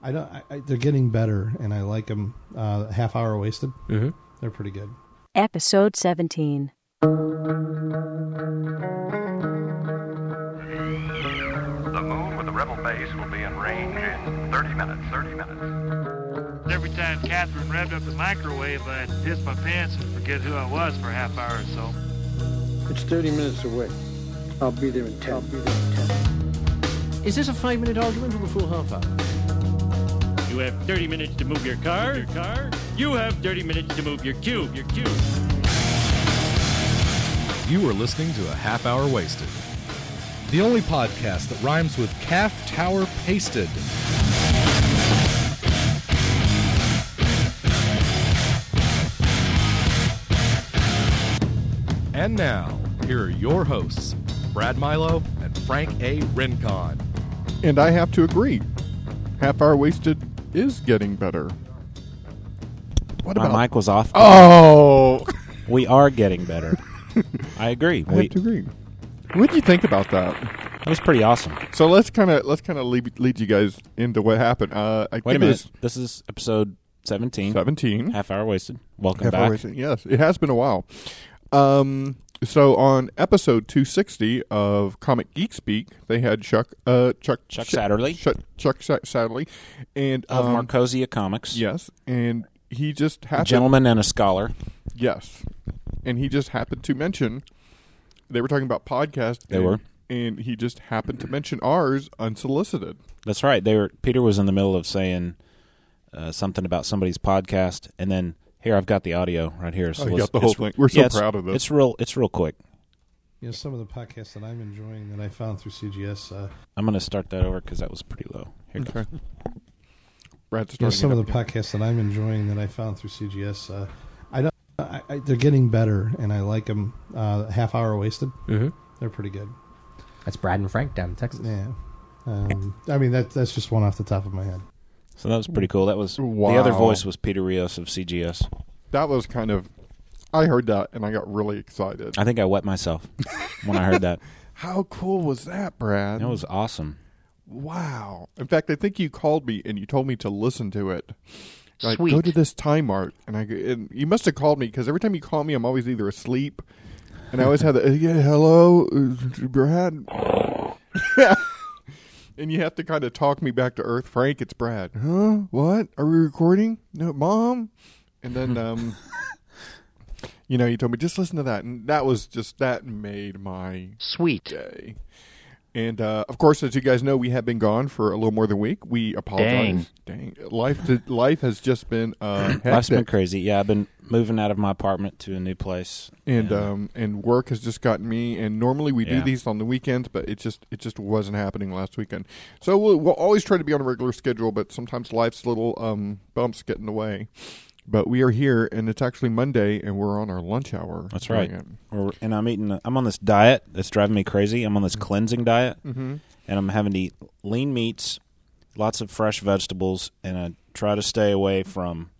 I don't. I, I, they're getting better, and I like them. Uh, half hour wasted. Mm-hmm. They're pretty good. Episode 17. The moon with the rebel base will be in range in 30 minutes. 30 minutes. Every time Catherine revved up the microwave, I'd piss my pants and forget who I was for a half hour or so. It's 30 minutes away. I'll be there in 10. I'll be there in 10. Is this a five minute argument or a full half hour? You have 30 minutes to move your car. Your car. You have 30 minutes to move your cube. Your cube. You are listening to a half hour wasted. The only podcast that rhymes with calf tower pasted. And now, here are your hosts, Brad Milo and Frank A. Rincon. And I have to agree. Half hour wasted is getting better. What My about mic was off. Oh, We are getting better. I agree. I have We, to agree. What do you think about that? it was pretty awesome. So let's kind of let's kind of lead, lead you guys into what happened. Uh, I Wait a give minute. this This is episode 17. Seventeen. Half hour wasted. Welcome Half back. hour wasted. Yes, it has been a while. Um, so on episode two sixty of Comic Geek Speak, they had Chuck uh, Chuck Chuck Satterley. Chuck, Chuck Sa- Satterley, and Of um, Marcosia Comics. Yes, and he just A happened. gentleman and a scholar. Yes, and he just happened to mention they were talking about podcasts. They and, were. and he just happened to mention ours unsolicited. That's right. They were, Peter was in the middle of saying uh, something about somebody's podcast, and then here I've got the audio right here. So Oh, you let's- got the it's- whole thing. We're so yeah, it's- proud of this. It's real. It's real quick. You know, some of the podcasts that I'm enjoying that I found through CGS. Uh, I'm going to start that over because that was pretty low. Here it goes. Brad, you know, starting some it of up the podcasts that I'm enjoying that I found through CGS. Uh, I don't. I, I, they're getting better, and I like them. Uh, half hour wasted. Mm-hmm. They're pretty good. That's Brad and Frank down in Texas. Yeah. Um, I mean, that that's just one off the top of my head. So that was pretty cool. That was Wow. the other voice was Peter Rios of CGS. That was kind of. I heard that and I got really excited. I think I wet myself when I heard that. How cool was that, Brad? That was awesome. wow. In fact, I think you called me and you told me to listen to it. Like, go Sweet. to this time mark, and I go- and you must have called me because every time you call me, I'm always either asleep, and I always have the uh, yeah, hello, uh, Brad, and you have to kind of talk me back to earth. Frank, it's Brad. Huh? What? Are we recording? No, mom. And then, um, you know, you told me just listen to that, and that was just that made my Sweet. day. And uh, of course, as you guys know, we have been gone for a little more than a week. We apologize. Dang, life to, life has just been uh, hectic, Life's been crazy. Yeah, I've been moving out of my apartment to a new place. and um, and work has just gotten me. And normally we do Yeah. these on the weekends, but it just it just wasn't happening last weekend. So we'll, we'll always try to be on a regular schedule, but sometimes life's little um, bumps get in the way. But we are here, and it's actually Monday, and we're on our lunch hour. That's right. Doing Or- and I'm eating. I'm on this diet that's driving me crazy. I'm on Mm-hmm. this cleansing diet, and I'm having to eat lean meats, lots of fresh vegetables, and I try to stay away from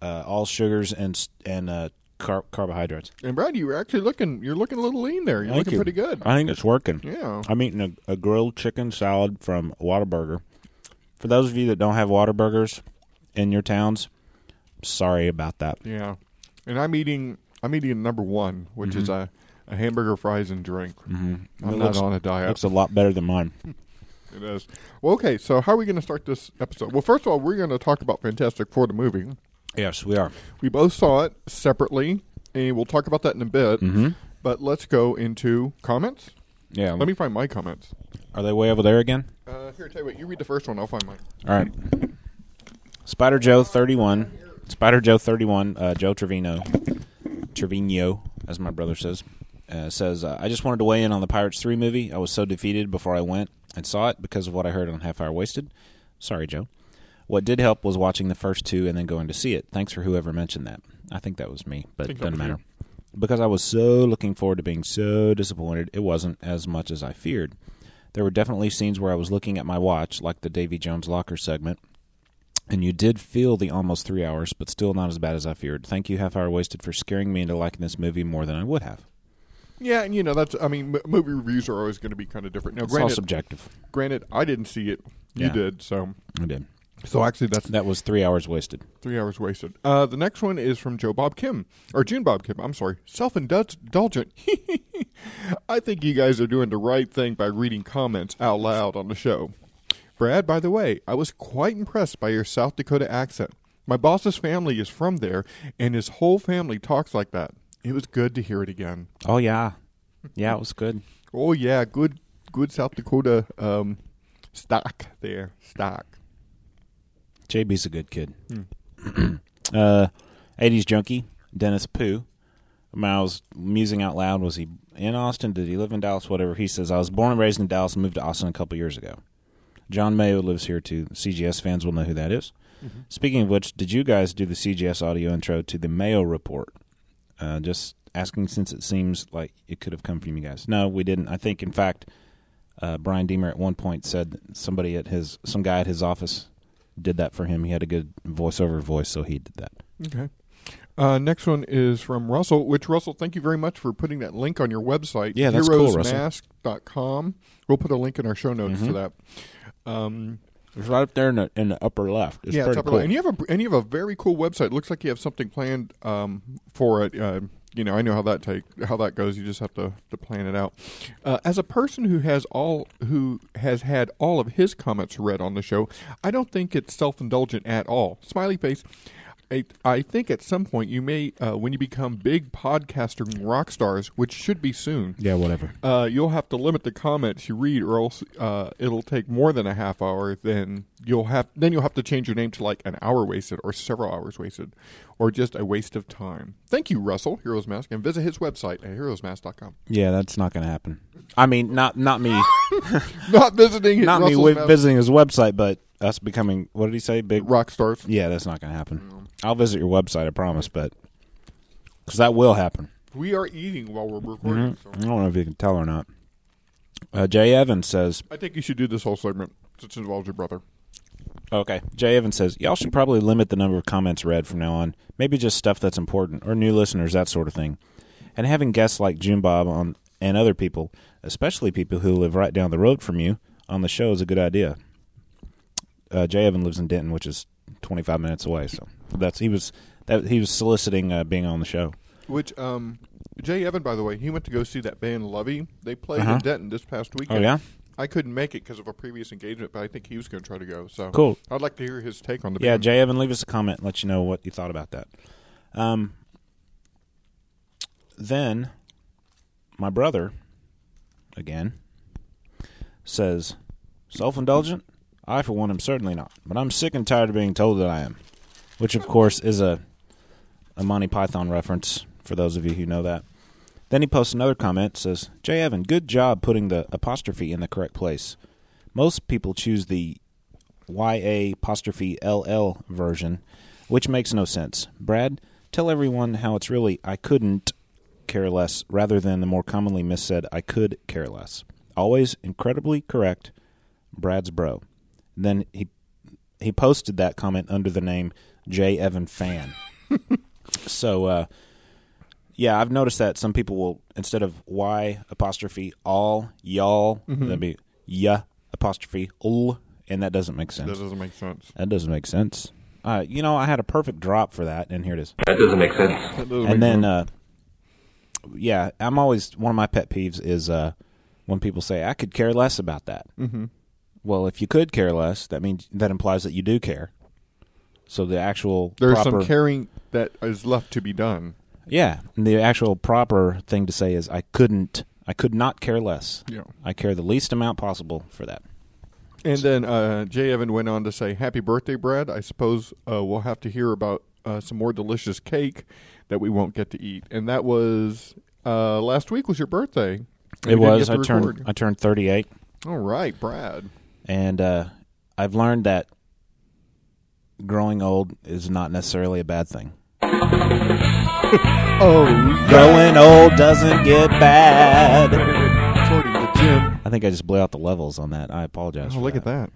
uh, all sugars and s- and uh, car- carbohydrates. it. And Brad, you were actually looking. You're looking a little lean there. You're Thank looking you. pretty good. I think it's working. Yeah. I'm eating a, a grilled chicken salad from Whataburger. For those of you that don't have Whataburgers in your towns, sorry about that. Yeah, and I'm eating. I'm eating number one, which is a, a hamburger, fries, and drink. Mm-hmm. I'm Mm-hmm. It not looks- on a diet. Looks a lot better than mine. It is. Well, okay. So, how are we going to start this episode? Well, first of all, we're going to talk about Fantastic Four the movie. Yes, we are. We both saw it separately, and we'll talk about that in a bit. But let's go into comments. Mm-hmm. Yeah. Let me find my comments. Are they way over there again? Uh, here, tell you what. You read the first one. I'll find mine. All right. Spider Joe 31. Spider Joe 31, uh, Joe Trevino. Trevino, as my brother says. Uh, says, uh, I just wanted to weigh in on the Pirates 3 movie. I was so defeated before I went and saw it because of what I heard on Half Hour Wasted. Sorry, Joe. What did help was watching the first two and then going to see it. Thanks for whoever mentioned that. I think that was me, but that it doesn't was you. matter. Because I was so looking forward to being so disappointed, it wasn't as much as I feared. There were definitely scenes where I was looking at my watch, like the Davy Jones locker segment, and you did feel the almost three hours, but still not as bad as I feared. Thank you, Half Hour Wasted, for scaring me into liking this movie more than I would have. Yeah, and you know that's. I mean, m- movie reviews are always going to be kind of different. Now, It's all granted, subjective. granted, I didn't see it. You Yeah. did, so I did. So actually, that's that was three hours wasted. Three hours wasted. Uh, the next one is from Joe Bob Kim or June Bob Kim. I'm sorry, self-indulgent. I think you guys are doing the right thing by reading comments out loud on the show. Brad, by the way, I was quite impressed by your South Dakota accent. My boss's family is from there, and his whole family talks like that. It was good to hear it again. Oh yeah, yeah, it was good. Oh yeah, good, good South Dakota um, stock there, stock. JB's a good kid. uh, 80s junkie, Dennis Pooh. Miles musing out loud, was he in Austin? Did he live in Dallas? Whatever. He says, I was born and raised in Dallas and moved to Austin a couple years ago. John Mayo lives here too. CGS fans will know who that is. Speaking of which, did you guys do the CGS audio intro to the Mayo report? Uh, just asking since it seems like it could have come from you guys. No, we didn't. I think, in fact, uh, Brian Deemer at one point said that somebody at his, some guy at his office did that for him. He had a good voiceover voice, so he did that. Okay. Uh, next one is from Russell, which Russell, thank you very much for putting that link on your website. Yeah, that's cool, Russell. heroesmask.com. We'll put a link in our show notes Mhm. to that. Um, It's right up there in the, in the upper left. It's yeah, pretty top of the cool. line. and you have a and you have a very cool website. It looks like you have something planned um, for it. Uh, you know, I know how that take how that goes. You just have to, to plan it out. Uh, as a person who has all who has had all of his comments read on the show, I don't think it's self indulgent at all. Smiley face. I, I think at some point you may, uh, when you become big podcaster rock stars, which should be soon. Yeah, whatever. Uh, you'll have to limit the comments you read, or else uh, it'll take more than a half hour. Then you'll have then you'll have to change your name to like an hour wasted, or several hours wasted, or just a waste of time. Thank you, Russell Heroes Mask, and visit his website at heroesmask.com. Yeah, that's not going to happen. I mean, not not me, Not visiting his not me Russell's wi- mask. visiting his website, but us becoming what did he say? Big rock stars. Yeah, that's not going to happen. I'll visit your website, I promise, but because that will happen. We are eating while we're recording. Mhm. I don't know if you can tell or not. Uh, Jay Evans says, I think you should do this whole segment since it involves your brother. Okay. Jay Evans says, Y'all should probably limit the number of comments read from now on. Maybe just stuff that's important, or new listeners, that sort of thing. And having guests like June Bob on and other people, especially people who live right down the road from you, on the show is a good idea. Uh, Jay Evans lives in Denton, which is 25 minutes away, so that's he was that he was soliciting uh, being on the show. Which um, Jay Evan, by the way, he went to go see that band Lovey. They played Uh-huh. in Denton this past weekend. Oh, yeah? I couldn't make it because of a previous engagement, but I think he was going to try to go. So Cool. I'd like to hear his take on the yeah, band. Jay Evan, leave us a comment. And let you know what you thought about that. Um, then my brother, again, says, "Self-indulgent? I, for one, am certainly not. But I'm sick and tired of being told that I am." Which, of course, is a a Monty Python reference for those of you who know that. Then he posts another comment says, "Jay Evan, good job putting the apostrophe in the correct place. Most people choose the YA apostrophe LL version, which makes no sense. Brad, tell everyone how it's really I couldn't care less rather than the more commonly missaid I could care less. Always incredibly correct, Brad's bro. Then he he posted that comment under the name J Evan Fan. so uh yeah, I've noticed that some people will instead of Y apostrophe all y'all, Mhm. that'd be ya apostrophe ul, and that doesn't make sense. That doesn't make sense. That doesn't make sense. Uh, you know, I had a perfect drop for that, and here it is. That doesn't make sense. That doesn't make And then, uh, yeah, I'm always one of my pet peeves is uh, when people say I could care less about that. Mhm. Well, if you could care less, that means that implies that you do care. So the actual There's proper, some caring that is left to be done. yeah, and the actual proper thing to say is I couldn't, I could not care less. Yeah. I care the least amount possible for that. And then uh, Jay Evan went on to say, "Happy birthday, Brad! I suppose uh, we'll have to hear about uh, some more delicious cake that we won't get to eat." And that was uh, last week. Was your birthday? And we it didn't was. get I to turned, record. I turned 38. All right, Brad. and uh, I've learned that growing old is not necessarily a bad thing. Oh, growing old doesn't get bad. According to Jim. I think I just blew out the levels on that. I apologize. Oh, for look at that.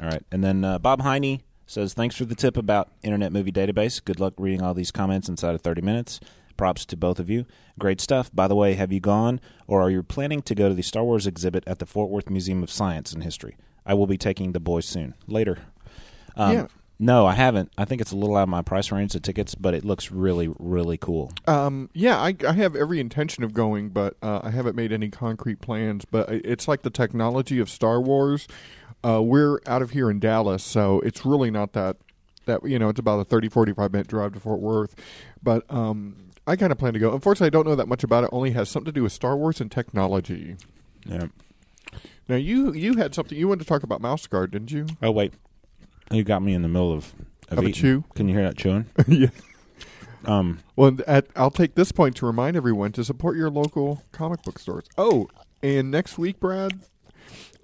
All right, and then uh, Bob Heine says, "Thanks for the tip about Internet Movie Database. Good luck reading all these comments inside of 30 minutes." Props to both of you. Great stuff. By the way, have you gone or are you planning to go to the Star Wars exhibit at the Fort Worth Museum of Science and History? I will be taking the boys soon. Later. Um, Yeah. No, I haven't. I think it's a little out of my price range of tickets, but it looks really, really cool. Um, yeah, I, I have every intention of going, but uh, I haven't made any concrete plans. But i- it's like the technology of Star Wars. Uh, we're out of here in Dallas, so it's really not that that you know it's about a 30 45 minute drive to Fort Worth. But um, I kind of plan to go. Unfortunately, I don't know that much about it. Only has something to do with Star Wars and technology. Yeah. Now you you had something you wanted to talk about Mouse Guard, didn't you? Oh wait, you got me in the middle of Of of, a eating. chew? Can you hear that chewing? yeah. Um. Well, at, I'll take this point to remind everyone to support your local comic book stores. Oh, and next week, Brad,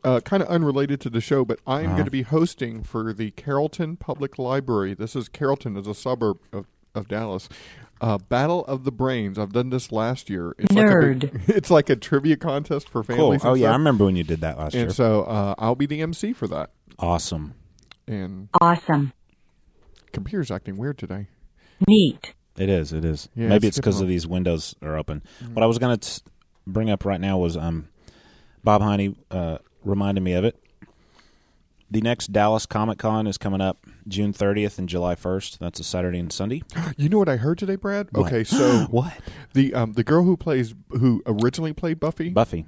uh, kind of unrelated to the show, but I am Uh-huh. going to be hosting for the Carrollton Public Library. This is Carrollton, is a suburb of, of Dallas. Uh, Battle of the Brains. I've done this last year. It's Like a, big- it's like a trivia contest for Cool. families. Oh and yeah, I stuff. remember when you did that last year. And so uh, I'll be the MC for that. awesome. And Awesome. computer's acting weird today. Neat. It is. It is. Yeah, Maybe it's it's because of difficult. these windows are open. Mhm. What I was going to bring up right now was um, Bob Heine uh, reminded me of it. The next Dallas Comic Con is coming up June 30th and July 1st. That's a Saturday and Sunday. You know what I heard today, Brad? What? Okay, so What? the um, the girl who plays who originally played Buffy, Buffy.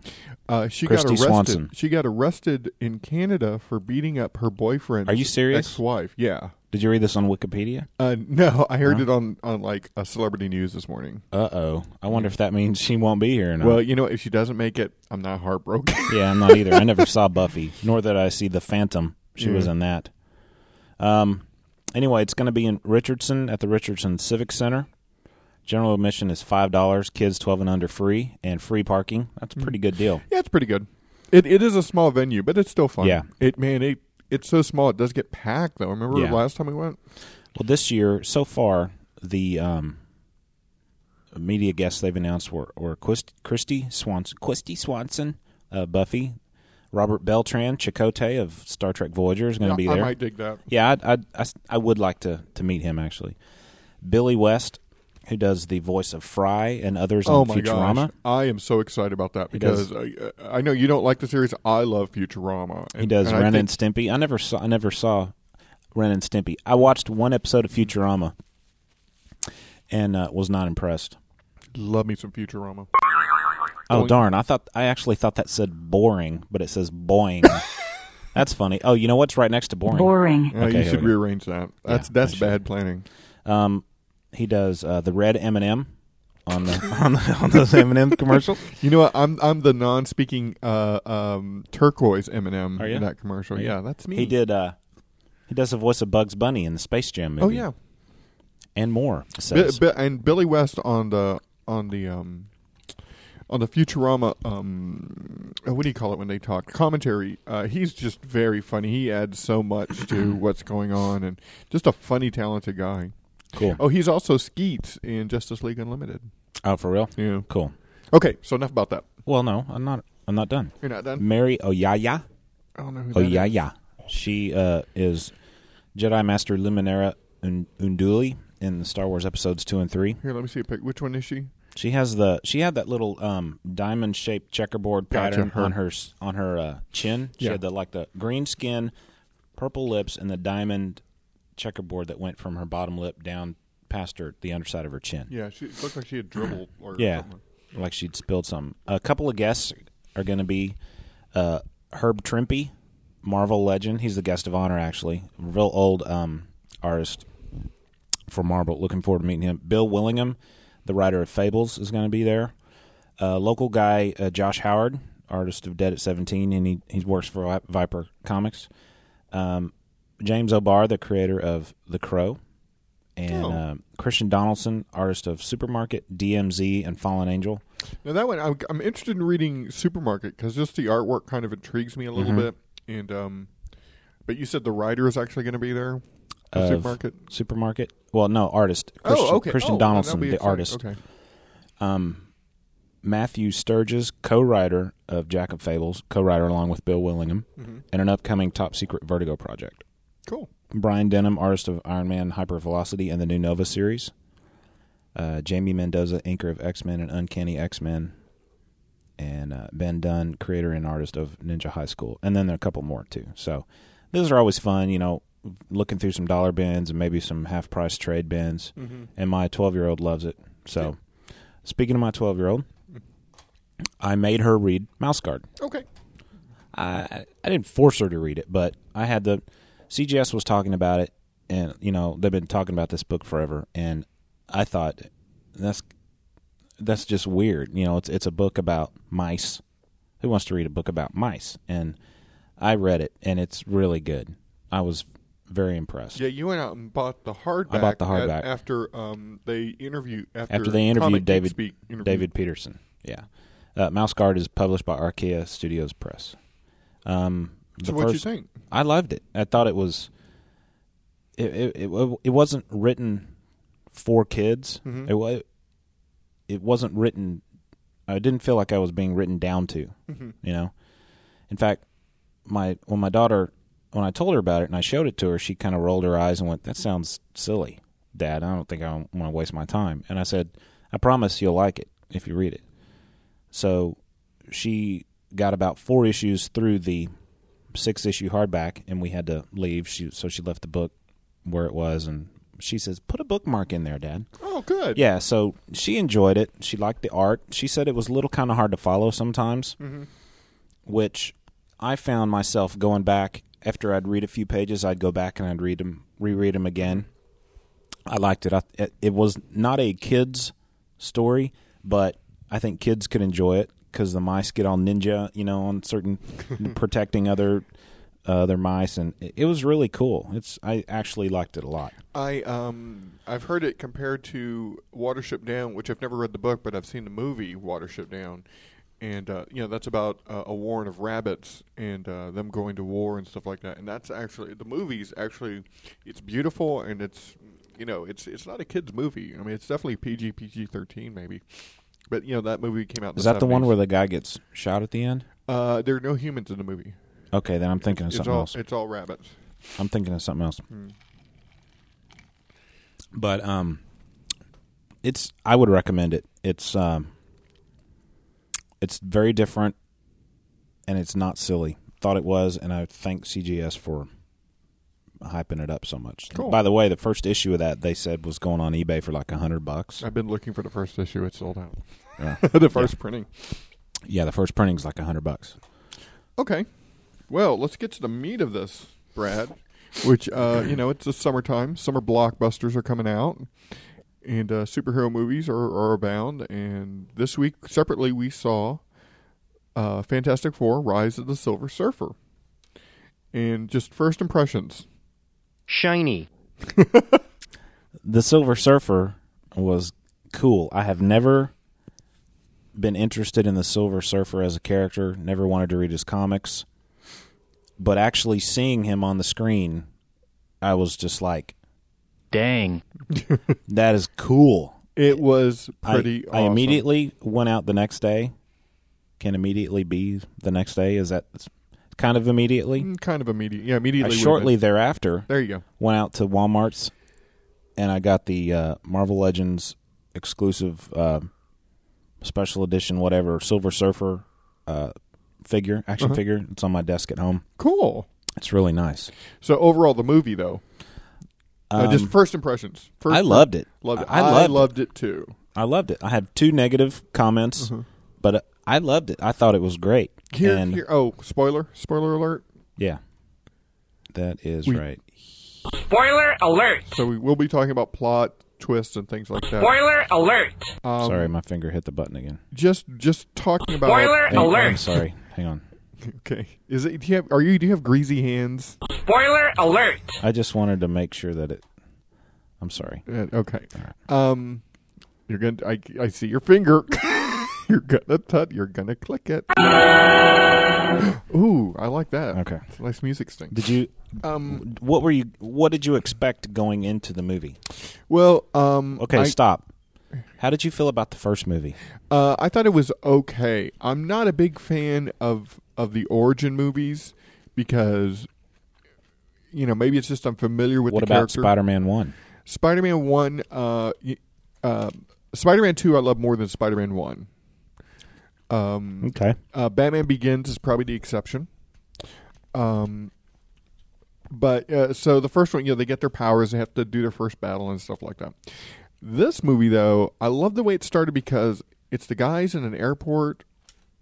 uh, she Christy got arrested. Swanson. She got arrested in Canada for beating up her boyfriend's Are you serious? ex-wife. Yeah. Did you read this on Wikipedia? Uh, no, I heard Huh? it on on like a celebrity news this morning. Uh oh. I wonder if that means she won't be here or not. Well, you know, if she doesn't make it, I'm not heartbroken. yeah, I'm not either. I never saw Buffy, nor did I see the Phantom. She was Yeah. in that. Um. Anyway, it's going to be in Richardson at the Richardson Civic Center. General admission is five dollars. Kids twelve and under free, and free parking. That's Mm. a pretty good deal. yeah, it's pretty good. It it is a small venue, but it's still fun. Yeah. It man, it it's so small. It does get packed though. Remember Yeah. last time we went? Well, this year so far, the um, media guests they've announced were, were Quist, Christy Swanson, Christy Swanson, uh, Buffy, Robert Beltran, Chakotay of Star Trek Voyager is going Yeah, to be I there. might dig that. Yeah, I'd, I'd, I, s- I would like to to meet him actually. Billy West, who does the voice of Fry and others oh on my Futurama. gosh, I am so excited about that He does- because I, I know you don't like the series. I love Futurama. He does I Ren think- and Stimpy. I never saw. I never saw Ren and Stimpy. I watched one episode of Futurama, and uh, was not impressed. Love me some Futurama. Oh Boing. darn! I thought I actually thought that said boring, but it says boing. that's funny. Oh, you know what's right next to boring? Boring. Yeah, you here should we go. rearrange that. That's that's bad planning. Um, he does uh, the red M and m on the on the on those M and m commercials. You know what? I'm I'm the non-speaking uh, um, turquoise M&M Are you? in that commercial. Are you? Yeah, that's me. He did. Uh, he does the voice of Bugs Bunny in the Space Jam movie. Oh yeah, and more. it Bi- says. Bi- and Billy West on the on the um, on the Futurama. Um, uh, what do you call it when they talk commentary? Uh, he's just very funny. He adds so much to what's going on, and just a funny, talented guy. Cool. Oh, he's also Skeets in Justice League Unlimited. oh, for real? Yeah. Cool. Okay, so enough about that. Well, no, I'm not. I'm not done. You're not done? Mary Oyaya. I don't know Oh, who that is. Oyaya. She uh, is Jedi Master Luminara Un- Unduli in the Star Wars episodes two and three. Here, let me see a pic. Which one is she? She has the she had that little um, diamond shaped checkerboard Gotcha, pattern her. on her s- on her uh, chin. She Yeah. had the like the green skin, purple lips, and the diamond checkerboard that went from her bottom lip down past her the underside of her chin. Yeah, she it looked like she had dribbled. Or yeah, something. like she'd spilled some. A couple of guests are going to be uh, Herb Trimpe, Marvel legend. He's the guest of honor, actually, real old um, artist for Marvel. Looking forward to meeting him. Bill Willingham, the writer of Fables, is going to be there. Uh, local guy uh, Josh Howard, artist of Dead at Seventeen, and he he works for Vi- Viper Comics. Um, James O'Barr, the creator of The Crow, and Oh. um, Christian Donaldson, artist of Supermarket, DMZ, and Fallen Angel. Now that one, I'm, I'm interested in reading Supermarket because just the artwork kind of intrigues me a little Mhm. bit. And um, but you said the writer is actually going to be there. The of Oh, supermarket. Supermarket. Well, no, artist. Christian, oh, okay. Christian Oh, well, that'll Donaldson, be the exciting. artist. Okay. Um, Matthew Sturges, co-writer of Jack of Fables, co-writer along with Bill Willingham, Mhm. and an upcoming top secret Vertigo project. Cool. Brian Denham, artist of Iron Man Hypervelocity and the new Nova series. Uh, Jamie Mendoza, inker of X Men and Uncanny X Men. And uh, Ben Dunn, creator and artist of Ninja High School. And then there are a couple more, too. So those are always fun. You know, looking through some dollar bins and maybe some half price trade bins, Mhm. and my twelve year old loves it. So, speaking of my twelve year old, I made her read Mouse Guard. Okay. I I didn't force her to read it, but I had the CGS was talking about it, and you know they've been talking about this book forever, and I thought that's that's just weird. You know, it's it's a book about mice. Who wants to read a book about mice? And I read it, and it's really good. I was very impressed. Yeah, you went out and bought the hardback. I bought the at- hardback. after um, they interview after, after they Comic interviewed Geek David Speak interviewed. David Peterson. Yeah, uh, Mouse Guard is published by Arkea Studios Press. Um, So the what'd you first- think? I loved it. I thought it was it it it, it wasn't written for kids. Mhm. It wa- it wasn't written. I didn't feel like I was being written down to. Mhm. You know, in fact, my when my daughter when I told her about it and I showed it to her, she kind of rolled her eyes and went, "That sounds silly, Dad. I don't think I want to waste my time." And I said, "I promise you'll like it if you read it." So she got about four issues through the six issue hardback, and we had to leave. She so she left the book where it was, and she says, "Put a bookmark in there, Dad." Oh, good. Yeah, so she enjoyed it. She liked the art. She said it was a little kind of hard to follow sometimes, Mhm. which I found myself going back after I'd read a few pages. I'd go back and I'd read them, reread them again. I liked it. I, it, it was not a kids story, but I think kids could enjoy it because the mice get all ninja, you know, on certain protecting other uh, other mice, and it, it was really cool. It's I actually liked it a lot. I um I've heard it compared to Watership Down, which I've never read the book, but I've seen the movie Watership Down, and uh, you know that's about uh, a warren of rabbits and uh, them going to war and stuff like that. And that's actually the movie's actually it's beautiful and it's you know it's it's not a kids movie. I mean it's definitely PG PG thirteen maybe, but you know that movie came out. In Is that the one 70s. where the guy gets shot at the end? uh, there are no humans in the movie? Okay, then I'm thinking of It's something all else. it's all rabbits. I'm thinking of something else. Hmm. But um, it's I would recommend it. It's um, it's very different, and it's not silly. Thought it was, and I thank CGS for hyping it up so much. Cool. By the way, the first issue of that they said was going on eBay for like a hundred bucks. I've been looking for the first issue. It's sold out. Yeah. the first printing. Yeah, the first printing's like a hundred bucks. Okay. Well, let's get to the meat of this, Brad. Which uh, you know, it's the summertime. Summer blockbusters are coming out, and uh, superhero movies are, are abound. And this week, separately, we saw uh, Fantastic Four: Rise of the Silver Surfer. And just first impressions. Shiny. the Silver Surfer was cool. I have never been interested in the Silver Surfer as a character, never wanted to read his comics. But actually seeing him on the screen, I was just like, dang, that is cool. It was I- pretty. I, awesome. immediately went out the next day. Can immediately be the next day? Is that kind of immediately? Mm, kind of immediate. Yeah, immediately. I would've shortly been- thereafter, There you go. Went out to Walmart's, and I got the uh, Marvel Legends exclusive uh, special edition, whatever Silver Surfer uh, figure, action Uh-huh. figure. It's on my desk at home. Cool. It's really nice. So overall, the movie though, uh, just Um, first impressions. First I loved it. Loved it. I, I loved, it too. I loved it. I had two negative comments, but uh, I loved it. I thought it was great. Uh-huh. Here, and here. Oh, spoiler! Spoiler alert! yeah, that is We- right. Spoiler alert! So we will be talking about plot twists and things like that. Spoiler alert! Um, sorry, my finger hit the button again. Just, just talking about. Spoiler Hang- I'm sorry. Hang on. Okay. Is it? Do you have? Are you? Do you have greasy hands? Spoiler alert! I just wanted to make sure that it. I'm sorry. Uh, okay. Um, you're gonna. I, I see your finger. you're gonna tut. You're gonna click it. Ooh, I like that. Okay. It's a nice music sting. Did you? Um, what were you? What did you expect going into the movie? Well, um, Okay, I- stop. How did you feel about the first movie? Uh, I thought it was okay. I'm not a big fan of of the origin movies because you know maybe it's just I'm familiar with what the about character. Spider-Man One? Spider Man One, uh, y- uh, Spider Man Two, I love more than Spider Man One. Um, Okay. Uh, Batman Begins is probably the exception. Um, But uh, so the first one, you know, they get their powers, they have to do their first battle and stuff like that. This movie, though, I love the way it started because it's the guys in an airport.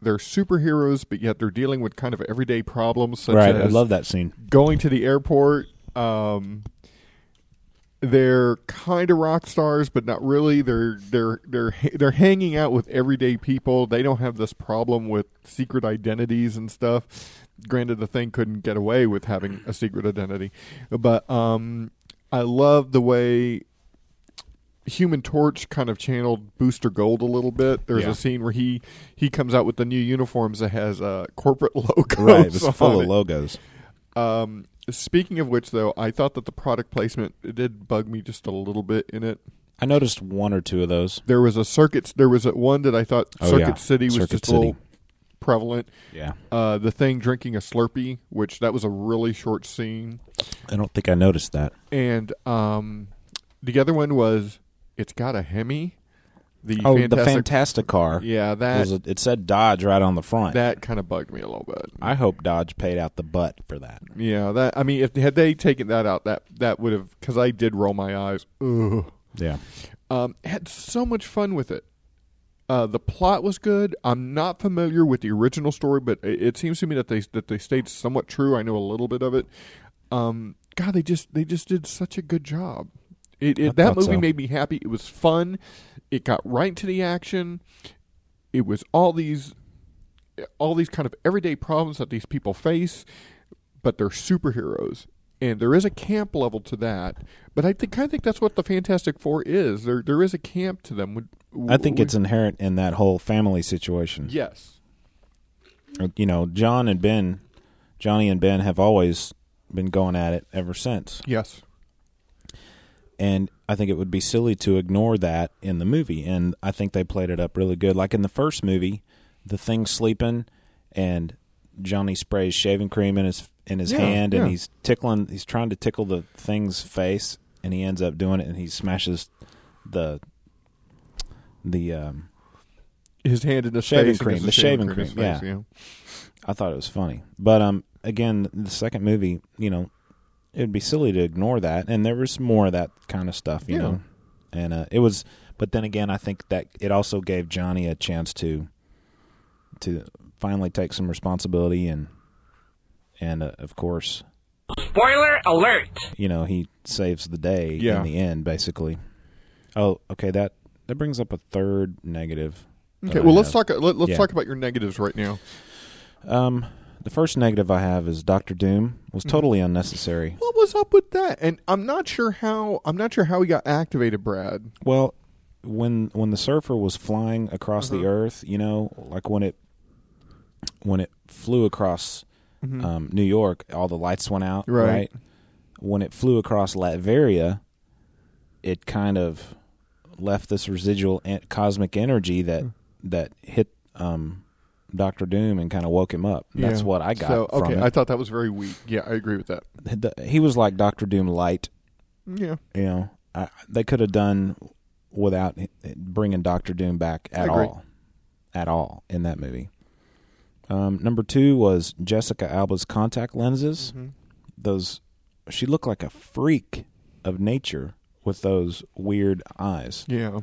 They're superheroes, but yet they're dealing with kind of everyday problems. Such Right, I as love that scene. Going to the airport. Um, they're kind of rock stars, but not really. They're they're they're ha- they're hanging out with everyday people. They don't have this problem with secret identities and stuff. Granted, the thing couldn't get away with having a secret identity, but um, I love the way Human Torch kind of channeled Booster Gold a little bit. There's Yeah. a scene where he he comes out with the new uniforms that has uh, corporate logos. Right, it's full on of it. logos. Um, speaking of which, though, I thought that the product placement it did bug me just a little bit in it. I noticed one or two of those. There was a circuits. There was a, one that I thought Oh, Circuit yeah. City was Circuit just City. a little prevalent. Yeah. Uh, the thing drinking a Slurpee, which that was a really short scene, I don't think I noticed that. and um, the other one was it's got a Hemi. The oh, fantastic, the Fantastic car. Yeah, that was a- it said Dodge right on the front. that kind of bugged me a little bit. I hope Dodge paid out the butt for that. Yeah, that I mean, if had they taken that out, that that would have because I did roll my eyes. Ugh. Yeah. um, had so much fun with it. Uh, the plot was good. I'm not familiar with the original story, but it, it seems to me that they that they stayed somewhat true. I know a little bit of it. Um, God, they just they just did such a good job. It, I it, that thought movie so. made me happy. It was fun. It got right to the action. It was all these all these kind of everyday problems that these people face, but they're superheroes. And there is a camp level to that, but I think I think that's what the Fantastic Four is. There there is a camp to them. Would- I think would- it's inherent in that whole family situation. yes, You know, John and Ben, Johnny and Ben have always been going at it ever since. yes, and I think it would be silly to ignore that in the movie. And I think they played it up really good. Like in the first movie, the thing sleeping and Johnny sprays shaving cream in his in his Yeah, hand, and yeah. he's tickling. He's trying to tickle the thing's face, and he ends up doing it, and he smashes the the um, his hand in the shaving face and cream. gets The shaving cream. in his face, yeah. I thought it was funny. But um, again, the second movie, you know, it'd be silly to ignore that, and there was more of that kind of stuff, you Yeah. know. And uh, it was, but then again, I think that it also gave Johnny a chance to to finally take some responsibility, and and uh, of course, Spoiler alert! you know, he saves the day Yeah. in the end, basically. Oh, okay that that brings up a third negative. that Okay, I well let's have. talk uh, let, let's Oh, Yeah. talk about your negatives right now. Um, the first negative I have is Doctor Doom was Mhm. totally unnecessary. What was up with that? And I'm not sure how I'm not sure how he got activated, Brad. Well, when when the surfer was flying across Uh-huh. the earth, you know, like when it when it flew across Mhm. Mm-hmm. um, New York, all the lights went out. Right. Right. When it flew across Latveria, it kind of left this residual en- cosmic energy that Mm. that hit um, Doctor Doom and kind of woke him up. That's Yeah. what I got. So, from okay, it. I thought that was very weak. Yeah, I agree with that. The- he was like Doctor Doom light. Yeah. You know, I, they could have done without h- bringing Doctor Doom back I at agree. all, at all in that movie. Um, number two was Jessica Alba's contact lenses. Mm-hmm. Those, she looked like a freak of nature with those weird eyes. Yeah.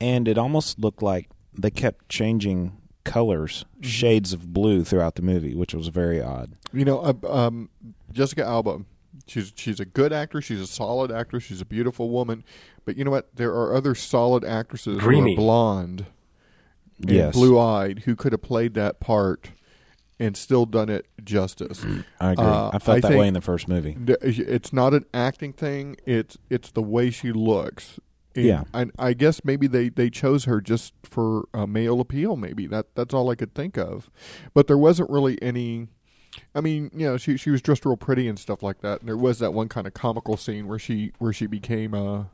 and it almost looked like they kept changing colors, Mm-hmm. shades of blue throughout the movie, which was very odd. You know, uh, um, Jessica Alba. She's she's a good actress. She's a solid actress. She's a beautiful woman. But you know what? There are other solid actresses who Dreamy. are blonde, and Yes. blue eyed, who could have played that part and still done it justice. I agree. I felt that way Uh, think in the first movie. th- It's not an acting thing. It's it's the way she looks. And Yeah. I, I guess maybe they, they chose her just for uh, male appeal. Maybe that that's all I could think of. But there wasn't really any. I mean, you know, she she was dressed real pretty and stuff like that. And there was that one kind of comical scene where she where she became uh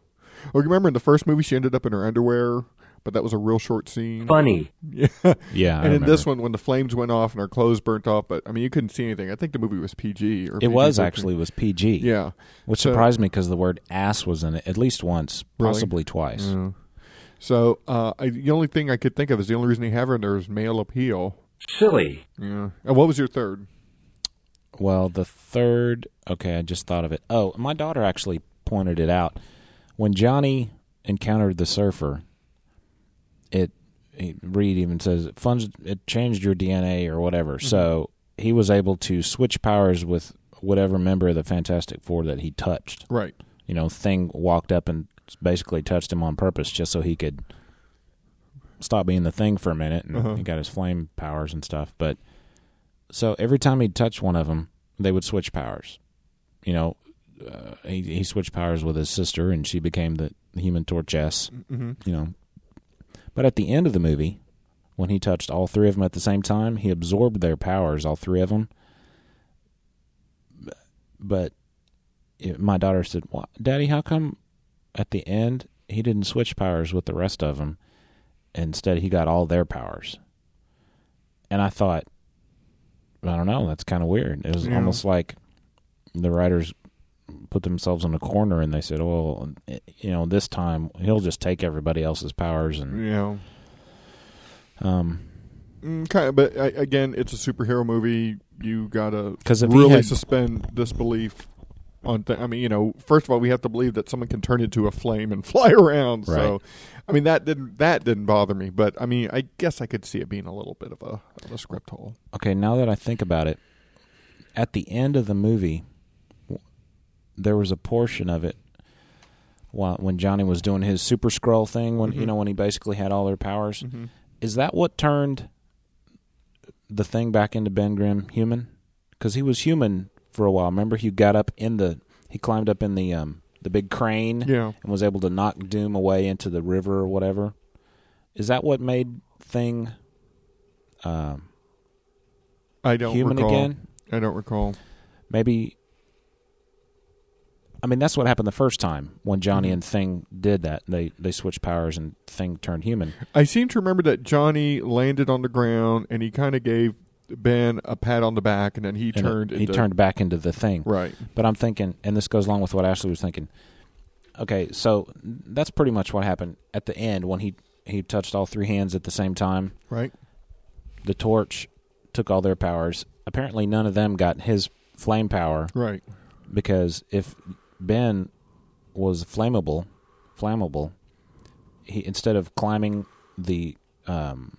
Oh, remember in the first movie she ended up in her underwear, but that was a real short scene. Funny. Yeah. Yeah, I and in this remember. one, when the flames went off and her clothes burnt off, but I mean, you couldn't see anything. I think the movie was PG. Or It was PG-13. actually was PG. Yeah. which So- surprised me because the word ass was in it at least once, Really? possibly twice. Yeah. So uh, I, the only thing I could think of is the only reason they have her in there is male appeal. Silly. Yeah. And what was your third? Well, the third. Okay, I just thought of it. Oh, my daughter actually pointed it out when Johnny encountered the surfer. It, it Reed even says it funds it changed your DNA or whatever, Mm-hmm. so he was able to switch powers with whatever member of the Fantastic Four that he touched. Right. You know, Thing walked up and basically touched him on purpose just so he could stop being the Thing for a minute, and Uh-huh. he got his flame powers and stuff. But so every time he'd touch one of them, they would switch powers. You know, uh, he, he switched powers with his sister, and she became the Human Torchess. Mhm. You know, but at the end of the movie, when he touched all three of them at the same time, he absorbed their powers, all three of them. But it, my daughter said, "Why- "Daddy, how come at the end he didn't switch powers with the rest of them? Instead, he got all their powers." And I thought, I don't know. That's kind of weird. It was Yeah. almost like the writers put themselves in a corner and they said, "Oh, well, you know, this time he'll just take everybody else's powers and Yeah. um, Mm, kind of, but I, again, it's a superhero movie. You gotta 'Cause if he really had- suspend disbelief on. Th- I mean, you know, first of all, we have to believe that someone can turn into a flame and fly around. So, Right. I mean, that didn't that didn't bother me. But I mean, I guess I could see it being a little bit of a, of a script hole. okay, now that I think about it, at the end of the movie, w- there was a portion of it while, when Johnny was doing his super scroll thing, when you Mhm. know when he basically had all their powers. Mhm. Is that what turned the thing back into Ben Grimm human? Because he was human for a while. Remember, he got up in the he climbed up in the um the big crane Yeah. and was able to knock Doom away into the river or whatever. Is that what made Thing? Um, I don't Human recall. again? I don't recall. maybe I mean that's what happened the first time when Mm-hmm. Johnny and Thing did that. They they switched powers and Thing turned human. I seem to remember that Johnny landed on the ground and he kind of gave Ben a pat on the back, and then he And it- turned. he into, turned back into the thing. Right. But I'm thinking and this goes along with what Ashley was thinking. Okay, so that's pretty much what happened at the end when he he touched all three hands at the same time. Right. The torch took all their powers. Apparently none of them got his flame power. Right. because if Ben was flammable, flammable, he instead of climbing the um,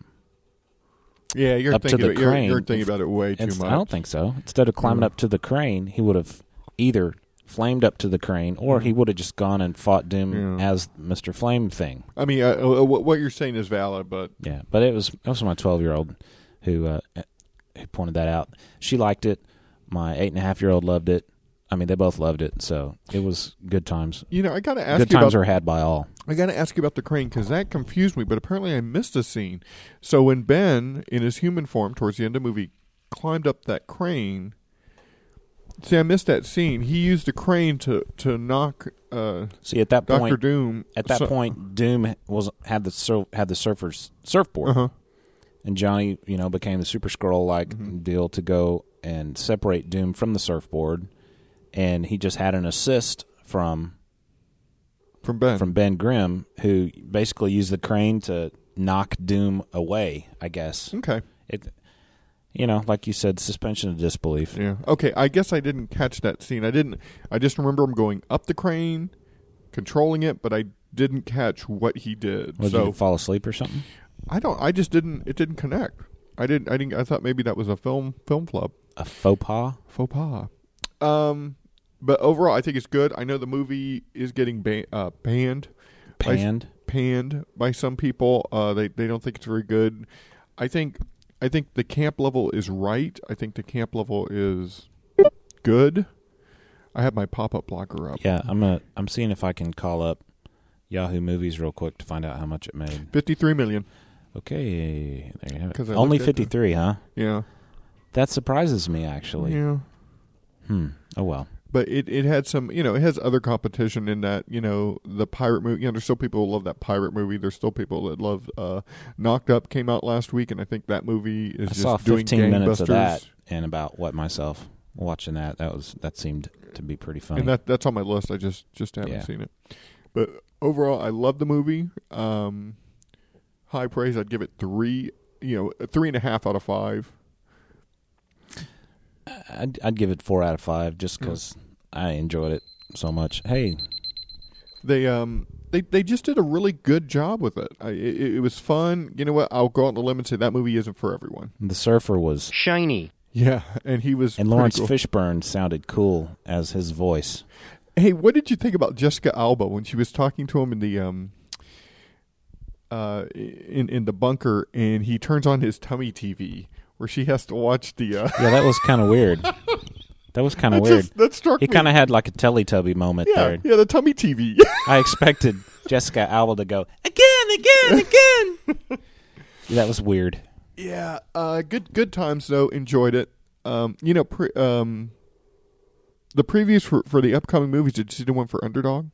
Yeah, you're up to thinking the about, you're, crane, you're thinking about it way too inst- much. I don't think so. Instead of climbing Mm. up to the crane, he would have either flamed up to the crane, or Mm-hmm. he would have just gone and fought Doom as Mister Flame thing. I mean, uh, uh, what what you're saying is valid, but Yeah, but it was that was my twelve year old who uh, who pointed that out. She liked it. My eight and a half year old loved it. I mean, they both loved it, so it was good times. You know, I gotta ask Good you times about- were had by all. I got to ask you about the crane because that confused me. But apparently, I missed a scene. So when Ben, in his human form, towards the end of the movie, climbed up that crane, see, I missed that scene. He used a crane to to knock. Uh, See, at that Dr. point, Doom. At that so- point, Doom was had the sur- had the surfer's surfboard, Uh-huh. and Johnny, you know, became the Super Scroll like Mm-hmm. deal to go and separate Doom from the surfboard, and he just had an assist from from Ben from Ben Grimm, who basically used the crane to knock Doom away. I guess. Okay. It, you know, like you said, suspension of disbelief. Yeah. Okay, I guess I didn't catch that scene. I didn't. I just remember him going up the crane, controlling it, but I didn't catch what he did. Was so you fall asleep or something? I don't. I just didn't. It didn't connect. I didn't. I didn't. I thought maybe that was a film film flub. A faux pas? Faux pas. Um, but overall, I think it's good. I know the movie is getting ba- uh, banned. by- Panned? panned by some people. Uh, they they don't think it's very good. I think I think the camp level is right. I think the camp level is good. I have my pop up blocker up. Yeah, I'm gonna, I'm seeing if I can call up Yahoo Movies real quick to find out how much it made. Fifty three million. Okay, there you have 'Cause it. I Only looked at the- 53, huh? Yeah. That surprises me actually. Yeah. Hmm. Oh well. but it, it had some you know it has other competition in that you know the pirate movie you know there's still people who love that pirate movie there's still people that love uh knocked up came out last week and i think that movie is I just saw doing 15 minutes of gangbusters. that and about what myself watching that. That was that seemed to be pretty funny. and that that's on my list i just just haven't Yeah. seen it but overall i love the movie um high praise i'd give it three you know three and a half out of five I'd, I'd give it four out of five just because I enjoyed it so much. Hey, they um they they just did a really good job with it. I, it. It was fun. You know what? I'll go out on a limb and say that movie isn't for everyone. the surfer was shiny. Yeah, and he was And pretty Lawrence cool. Fishburne sounded cool as his voice. Hey, what did you think about Jessica Alba when she was talking to him in the um uh in in the bunker and he turns on his tummy TV where she has to watch the uh Yeah, that was kind of weird. That was kind of That weird. just- that struck he me. kind of had like a Teletubby moment yeah, there. yeah, the tummy TV. I expected Jessica Alba to go. Again, again, again. That was weird. yeah, uh good good times though, enjoyed it. Um you know, pre- um the previews for for the upcoming movies, did you see the one for Underdog?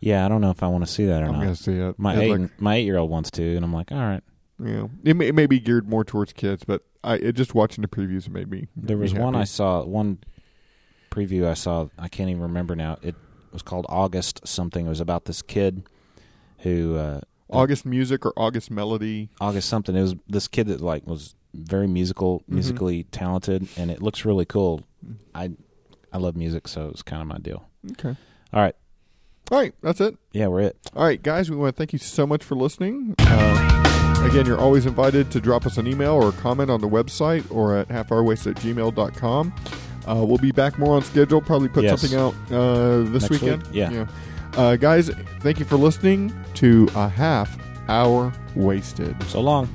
Yeah, I don't know if I want to see that or I'm not. gonna see it. My It's eight, like- my eight year old wants to, and I'm like, all right. Yeah. It may, it may be geared more towards kids, but I it, just watching the previews made me There made was me one happy. I saw, one preview I saw. I can't even remember now. It was called August something. It was about this kid who uh, August music or August melody. August something. It was this kid that like was very musical, Mm-hmm. musically talented, and it looks really cool. I I love music, so it's kind of my deal. Okay. All right. All right, that's it. Yeah, we're it. All right, guys, we want to thank you so much for listening. Uh, again, you're always invited to drop us an email or a comment on the website or at halfhourwaste at gmail.com. Uh, we'll be back more on schedule, probably put Yes. something out uh, this Next weekend. week? Yeah. Uh, guys, thank you for listening to A Half Hour Wasted. So long.